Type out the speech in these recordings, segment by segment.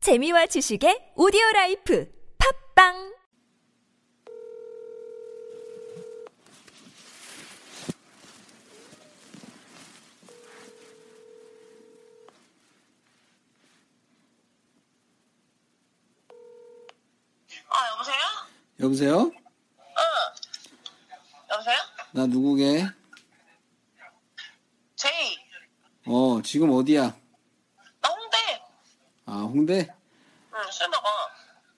재미와 지식의 오디오 라이프 팝빵 아 여보세요? 여보세요? 여보세요? 나 누구게? 제이 어, 지금 어디야? 나 홍대 아, 홍대? 응술 먹어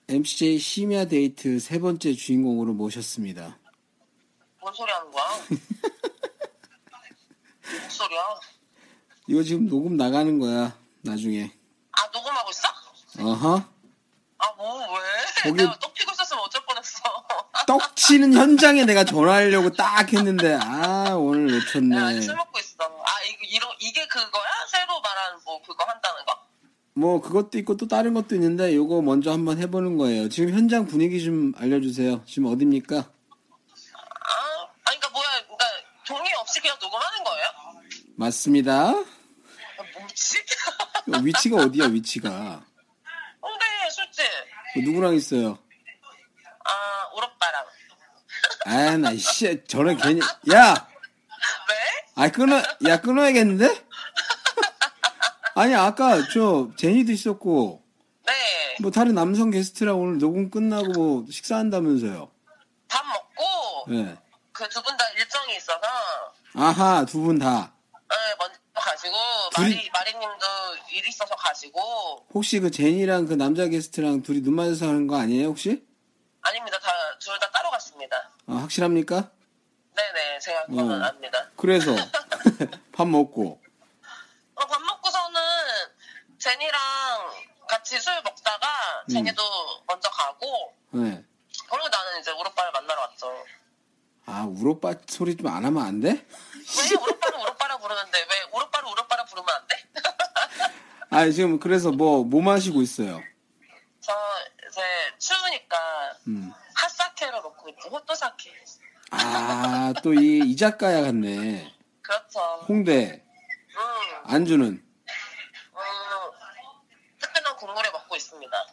MCJ 심야 데이트 세 번째 주인공으로 모셨습니다. 뭔 소리 하는 거야? 뭔 소리야? 이거 지금 녹음 나가는 거야, 나중에. 아 녹음하고 있어? 어허. 아 뭐 왜? 거기- 내가 똑 피고 있었으면 어쩔 뻔했어 떡 치는 현장에 내가 전화하려고 딱 했는데, 아, 오늘 야, 아직 놓쳤네. 술 먹고 있어 아 이거 이런 이게 그거야? 새로 말하는 뭐 그거 한다는 거? 뭐, 그것도 있고 또 다른 것도 있는데, 요거 먼저 한번 해보는 거예요. 지금 현장 분위기 좀 알려주세요. 지금 어딥니까? 아 아니 그니까 뭐야 그니까 동의 없이 그냥 녹음하는 거예요? 맞습니다. 어, 아, 뭐지? 위치가 어디야, 위치가. 홍대 술집 누구랑 있어요? 아 오락바랑 아, 나, 씨, 저는 괜히, 야! 왜? 아 끊어 야 끊어야겠는데? 아니 아까 저 제니도 있었고 네 뭐 다른 남성 게스트랑 오늘 녹음 끝나고 뭐 식사한다면서요? 밥 먹고 예. 그 두 분 다 일정이 있어서 아하 두 분 다. 네, 먼저 가시고 둘이- 마리 마리님도 일이 있어서 가시고 혹시 그 제니랑 그 남자 게스트랑 둘이 눈 맞아서 하는 거 아니에요 혹시? 아닙니다 다 둘 다 따로 갔습니다. 아, 확실합니까? 네네 제가 그거는 음. 압니다. 그래서 밥 먹고 어, 밥 먹고서는 제니랑 같이 술 먹다가 음. 제니도 먼저 가고 예. 그리고 나는 이제 오로빠를 만나러 왔죠. 아 우로빠 소리 좀 안 하면 안 돼? 왜 오로빠를 오로빠라 부르는데 왜 오로빠를 오로빠라 부르면 안 돼? 아 지금 그래서 뭐 뭐 마시고 있어요? 저 이제 추우니까 음. 핫사케를 먹고 있죠 호또사케. 아또 이 이 작가야 같네. 그렇죠. 홍대 음. 안주는 음, 뜨끈한 국물에 먹고 있습니다.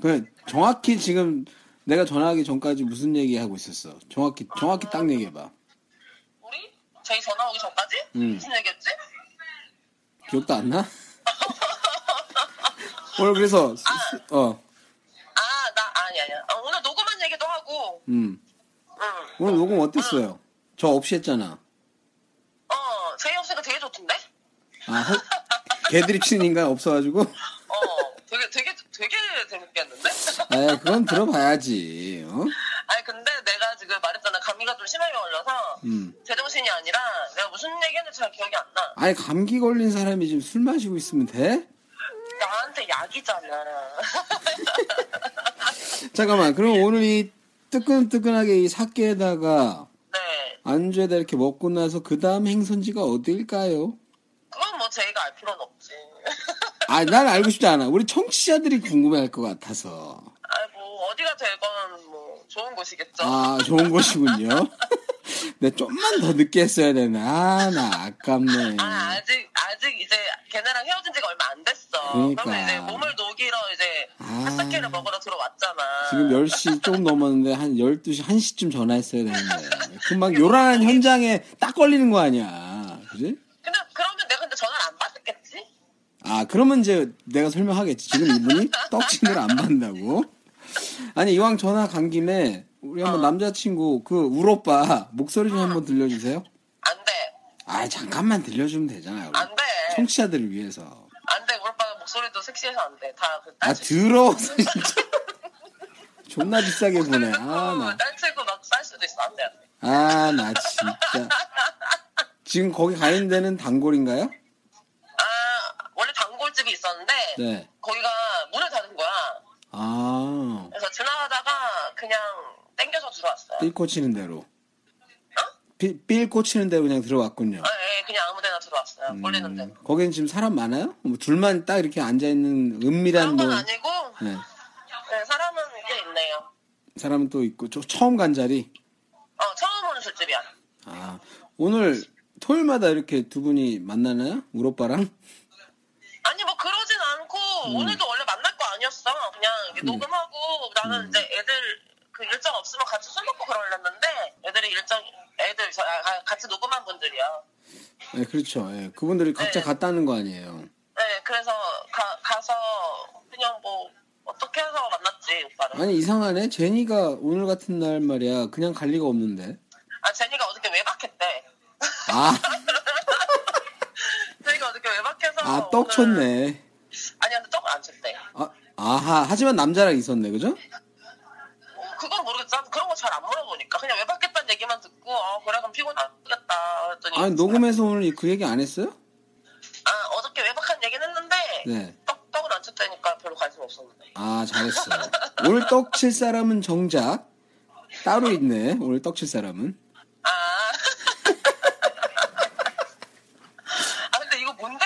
그 정확히 지금 내가 전화하기 전까지 무슨 얘기 하고 있었어? 정확히 정확히 딱 얘기해봐. 우리? 저희 전화 오기 전까지? 음. 무슨 얘기였지? 기억도 안 나? 오늘 그래서 스- 스- 어, 아, 나, 아니, 아니야. 아, 오늘 녹음한 얘기도 하고, 음 응. 오늘 녹음 어땠어요? 저 없이 했잖아. 어, 세영 씨가 되게 좋던데? 아 허, 개들이 치는 인간 없어가지고. 어, 되게, 되게, 되게 재밌겠는데? 아 그건 들어봐야지. 어? 아니, 근데 내가 지금 말했잖아. 감기가 좀 심하게 걸려서, 음. 제정신이 아니라, 내가 무슨 얘기 했는지 잘 기억이 안 나. 아니 감기 걸린 사람이 지금 술 마시고 있으면 돼? 나한테 약이잖아. 잠깐만. 그럼 오늘 이 뜨끈뜨끈하게 이 사케에다가 네. 안주에다 이렇게 먹고 나서 그 다음 행선지가 어딜까요? 그건 뭐 제이가 알 필요는 없지. 아, 난 알고 싶지 않아. 우리 청취자들이 궁금해할 것 같아서. 아이, 뭐, 어디가 되건, 뭐, 좋은 곳이겠죠. 아, 좋은 곳이군요. 내 좀만 더 늦게 했어야 되네. 아, 나 아깝네. 아, 아직, 아직 이제 걔네랑 헤어진 지가 얼마 안 됐어. 그러니까. 면 이제 몸을 녹이러 이제 아. 핫사케를 먹으러 들어왔잖아. 지금 10시 조금 넘었는데, 한 12시, 1시쯤 전화했어야 되는데. 금방 요란한 현장에 딱 걸리는 거 아니야. 그지? 근데 그러면 내가 근데 전화를 안 받았겠지? 아, 그러면 이제 내가 설명하겠지. 지금 이분이 떡친을 안 받는다고. 아니, 이왕 전화 간 김에, 우리 한번 남자친구, 그, 울오빠, 목소리 좀 한번 들려주세요. 안 돼. 아 잠깐만 들려주면 되잖아요. 안 돼. 청취자들을 위해서. 안 돼. 우리 오빠 목소리도 섹시해서 안 돼. 다 그, 아 더러워서 진짜. 존나 비싸게 보내. 아나아나 네. 아, 딸치고 막 쌀 수도 있어. 안 돼, 안 돼. 진짜. 지금 거기 가 있는 데는 단골인가요? 아, 원래 단골집이 있었는데, 네. 거기가 문을 닫은 거야. 아 그래서 지나가다가 그냥 땡겨서 들어왔어요. 삘 꽂히는 대로. 삘- 삘 꽂히는 대로 그냥 들어왔군요. 아, 예, 그냥 아무 데나 들어왔어요. 몰리는 데. 음, 거기는 지금 사람 많아요? 뭐 둘만 딱 이렇게 앉아 있는 그런 은밀한 뭐 건 아니고, 네. 네, 사람은 꽤 있네요. 사람은 또 있고 저- 처음 간 자리. 어, 처음 오는 술집이야. 아 오늘 토요일마다 이렇게 두 분이 만나나요? 우오빠랑 음. 아니, 뭐, 그러진 않고, 오늘도 원래 만날 거 이렇게 녹음하고 나는 이제 애들 그 일정 없으면 같이 술 먹고 그러려는데 애들이 일정 애들 저, 아, 아, 같이 녹음한 분들이야. 예, 그렇죠. 예, 그분들이 각자 네. 갔다는 거 아니에요. 네, 그래서 가, 가서 그냥 뭐 어떻게 해서 만났지 오빠를. 아니 이상하네. 제니가 오늘 같은 날 말이야 그냥 갈 리가 없는데. 아 제니가 어저께 외박했대. 아, 제니가 어저께 외박해서 아 오늘- 떡쳤네. 아니 근데 떡안 쳤대. 아, 아하. 하지만 남자랑 있었네, 그죠? 어, 그건 모르겠어. 나도 그런 거 잘 안 물어보니까 그냥 외박했다는 얘기만 듣고 어 그래 그럼 피곤하겠다 그랬더니 아니 녹음해서 오늘 그 얘기 안 했어요? 아 어저께 외박한 얘기는 했는데 네. 떡 떡은 안 쳤다니까 별로 관심 없었는데. 아 잘했어. 오늘 떡 칠 사람은 정작 따로 있네. 오늘 떡 칠 사람은. 아. 아 근데 이거 뭔데?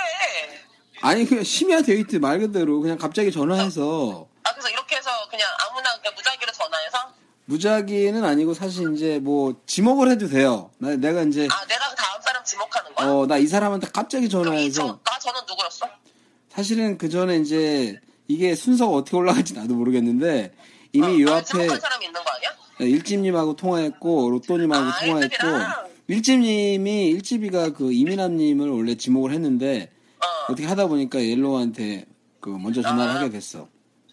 아니 그냥 심야 데이트 말 그대로 그냥 갑자기 전화해서 아 그래서 이렇게 해서 그냥 아무나 그냥 무작위로 전화해서 무작위는 아니고 사실 이제 뭐 지목을 해도 돼요. 나, 내가 이제 아 내가 그 다음 사람 지목하는 거야? 네. 어 나 이 사람한테 갑자기 아, 그럼 이 저, 전화해서 나 저는 누구였어? 사실은 그 전에 이제 이게 순서가 어떻게 올라갈지 나도 모르겠는데 이미 어, 요 나를 앞에 지목한 사람이 있는 거 아니야? 일집님하고 통화했고 로또님하고 아, 통화했고 일집이랑? 일집님이 일집이가 그 이민남님을 원래 지목을 했는데 어. 어떻게 하다 보니까 옐로우한테 그 먼저 전화를 아. 하게 됐어.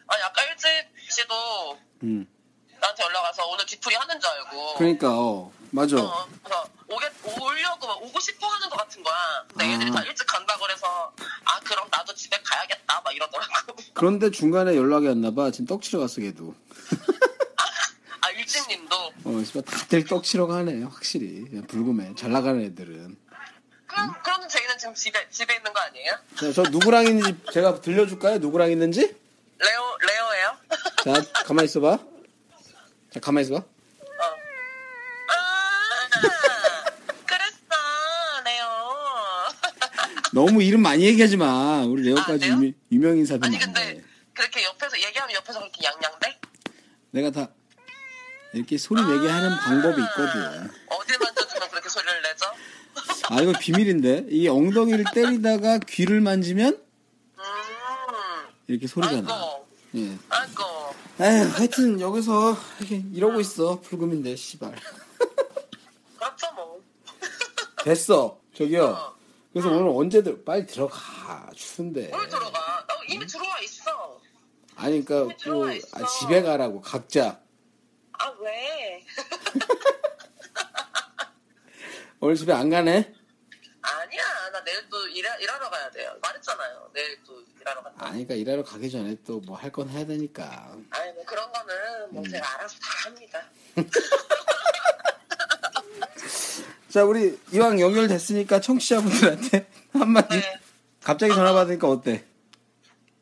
아니 아까 일찍 씨도 음. 나한테 연락 와서 오늘 뒤풀이 하는 줄 알고. 그러니까 어, 맞아. 어, 그래서 오겠 오려고 막 오고 싶어 하는 것 같은 거야. 근데 아. 애들이 다 일찍 간다 그래서 아 그럼 나도 집에 가야겠다 막 이러더라고. 그런데 중간에 연락이 왔나 봐. 지금 떡 치러 갔어 걔도. 아 일진님도 어, 씨발 다들 떡 치러 가네 확실히. 예, 불금에 잘 나가는 애들은. 그럼 그럼 저희는 지금 집에 집에 있는 거 아니에요? 자, 저 누구랑 있는지 제가 들려줄까요? 누구랑 있는지? 레오 레오예요? 자, 가만히 있어봐. 자, 가만히 있어봐. 어. 아 그랬어 레오. 너무 이름 많이 얘기하지 마. 우리 레오까지 아, 레오? 유명, 인사들 아니 많은데. 근데 그렇게 옆에서 얘기하면 옆에서 그렇게 양양대? 내가 다 이렇게 소리 내게 하는 방법이 있거든. 음, 어딜 만져주면 그렇게 소리를 내죠? 아, 이거 비밀인데. 이 엉덩이를 때리다가 귀를 만지면 음. 이렇게 소리가 나. 아이고 예. 아이고. 에휴, 하여튼 여기서 이렇게 이러고 있어. 불금인데, 씨발. 그렇죠 뭐. 됐어. 저기요. 어. 그래서 오늘 언제 들 빨리 들어가. 추운데. 뭘 들어가? 어, 이미 들어와 있어. 아니 그러니까 집에 뭐, 들어와 있어. 아, 집에 가라고 각자. 아 왜? 오늘 집에 안 가네? 아니야. 나 내일 또 일하, 일하러 가야 돼요. 말했잖아요. 내일 또 일하러 간다. 아니 그러니까 일하러 가기 전에 또 뭐 할 건 해야 되니까. 아니 뭐 그런 거는 뭐 제가 알아서 다 합니다. 자 우리 이왕 연결됐으니까 청취자분들한테 한마디. 네. 갑자기 전화 받으니까 어때?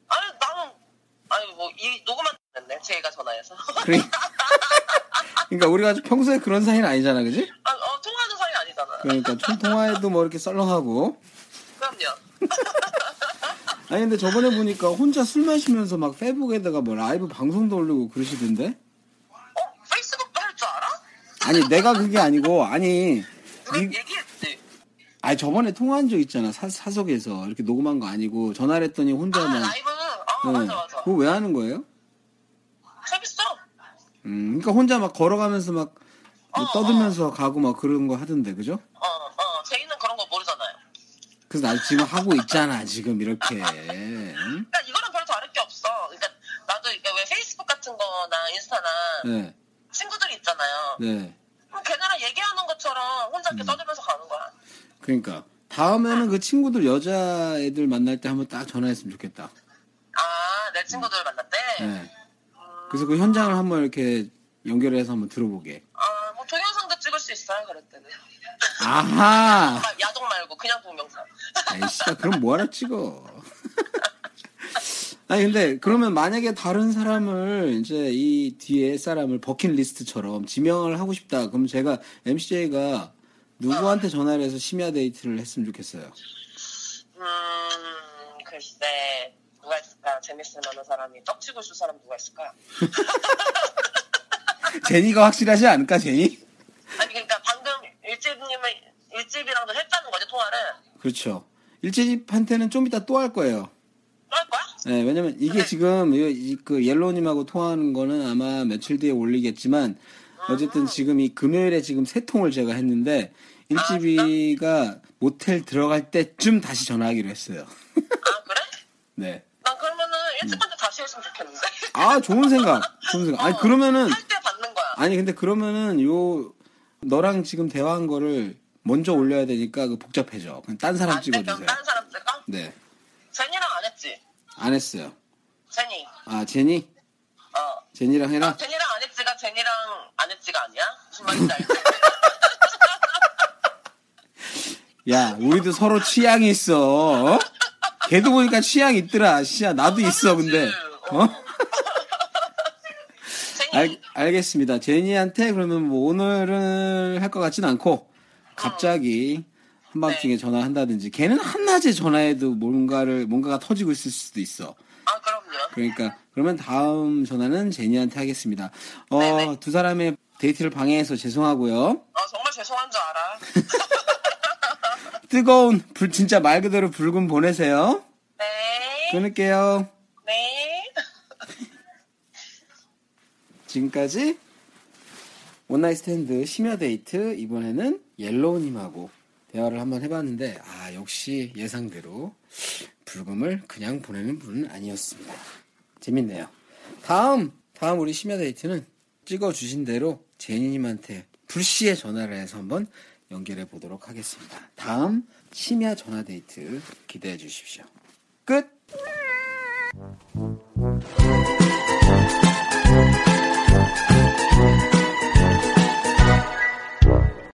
아니 나는 아니 뭐 이 녹음만 했네. 제가 전화해서. 그래. 그러니까 우리가 아주 평소에 그런 사이는 아니잖아, 그지? 아, 어, 통화하는 사이 아니잖아. 그러니까 총 통화에도 뭐 이렇게 썰렁하고. 그럼요. 아니 근데 저번에 보니까 혼자 술 마시면서 막 페북에다가 뭐 라이브 방송도 올리고 그러시던데? 어 페이스북도 할 줄 알아? 아니 내가 그게 아니고 아니 누가 이- 얘기했지. 아니 저번에 통화한 적 있잖아 사, 사석에서 이렇게 녹음한 거 아니고 전화를 했더니 아 혼자만 네. 라이브. 어 맞아 맞아. 그거 왜 하는 거예요? 재밌어. 음 그러니까 혼자 막 걸어가면서 막 어, 어. 떠들면서 가고 막 그런 거 하던데 그죠? 어어 제이는 그런 거 모르잖아요. 그래서 나 지금 하고 있잖아 지금 이렇게 응? 그러니까 이거랑 별로 다를 게 없어. 그러니까 나도 이게 왜 페이스북 같은 거나 인스타나 네, 친구들이 있잖아요. 네 그럼 걔네랑 얘기하는 것처럼 혼자 음. 이렇게 떠들면서 가는 거야. 그러니까 다음에는 그 친구들 여자애들 만날 때 한번 딱 전화했으면 좋겠다 아, 내 친구들 만났대? 네. 그래서 그 현장을 한번 이렇게 연결해서 한번 들어보게 아, 뭐 동영상도 찍을 수 있어요, 그럴 때는. 아하 막 야동 말고 그냥 동영상. 아이씨, 그럼 뭐하러 찍어? 아니 근데 그러면 만약에 다른 사람을 이제 이 뒤에 사람을 버킷리스트처럼 지명을 하고 싶다. 그럼 제가 MCJ가 누구한테 전화를 해서 심야 데이트를 했으면 좋겠어요. 음, 글쎄. 누가 있을까? 재밌을 만한 사람이 떡치고 있을 사람 누가 있을까? 제니가 확실하지 않을까 제니? 아니, 그러니까 방금 일집님을, 일집이랑도 했다는 거지, 통화를. 그렇죠. 일제집한테는 좀 이따 또 할 거예요. 또뭐 할 거야? 네, 왜냐면 이게 지금 이- 이- 그 옐로우님하고 통화하는 거는 아마 며칠 뒤에 올리겠지만 어쨌든 지금 이 금요일에 지금 세 통을 제가 했는데 일집이가 모텔 들어갈 때쯤 다시 전화하기로 했어요. 아 그래? 네. 난 그러면은 일찍부터 다시 했으면 좋겠는데. 아 좋은 생각, 좋은 생각. 아니 그러면은 어. 할 때 받는 거야. 아니 근데 그러면은 요 너랑 지금 대화한 거를 먼저 올려야 되니까 그 복잡해져. 그냥 딴 사람 안 돼, 찍어주세요. 그럼 다른 사람 쓸까? 네, 제니랑 안 했지. 안 했어요. 제니. 아 제니, 어. 제니랑 아, 해라. 제니랑 안 했지가 제니랑 안 했지가 아니야? 무슨 말인지 알지? 야, 우리도 서로 취향이 있어. 어? 걔도 보니까 취향 있더라. 씨야, 나도 있어. 근데 어? 제니. 알, 알겠습니다. 제니한테 그러면 뭐 오늘은 할 것 같진 않고 갑자기 네. 한밤중에 전화한다든지 걔는 한낮에 전화해도 뭔가를 뭔가가 터지고 있을 수도 있어. 아 그럼요. 그러니까 그러면 다음 전화는 제니한테 하겠습니다. 어, 네네. 두 사람의 데이트를 방해해서 죄송하고요. 아 정말 죄송한 줄 알아. 뜨거운 불 진짜 말 그대로 붉은 보내세요. 네. 그- 끊을게요. 네. 지금까지 원나잇 스탠드 심야 데이트 이번에는 옐로우님하고 대화를 한번 해봤는데 아 역시 예상대로 불금을 그냥 보내는 분은 아니었습니다. 재밌네요. 다음 다음 우리 심야 데이트는 찍어주신 대로 제니님한테 불시에 전화를 해서 한번 연결해 보도록 하겠습니다. 다음 심야 전화 데이트 기대해 주십시오. 끝.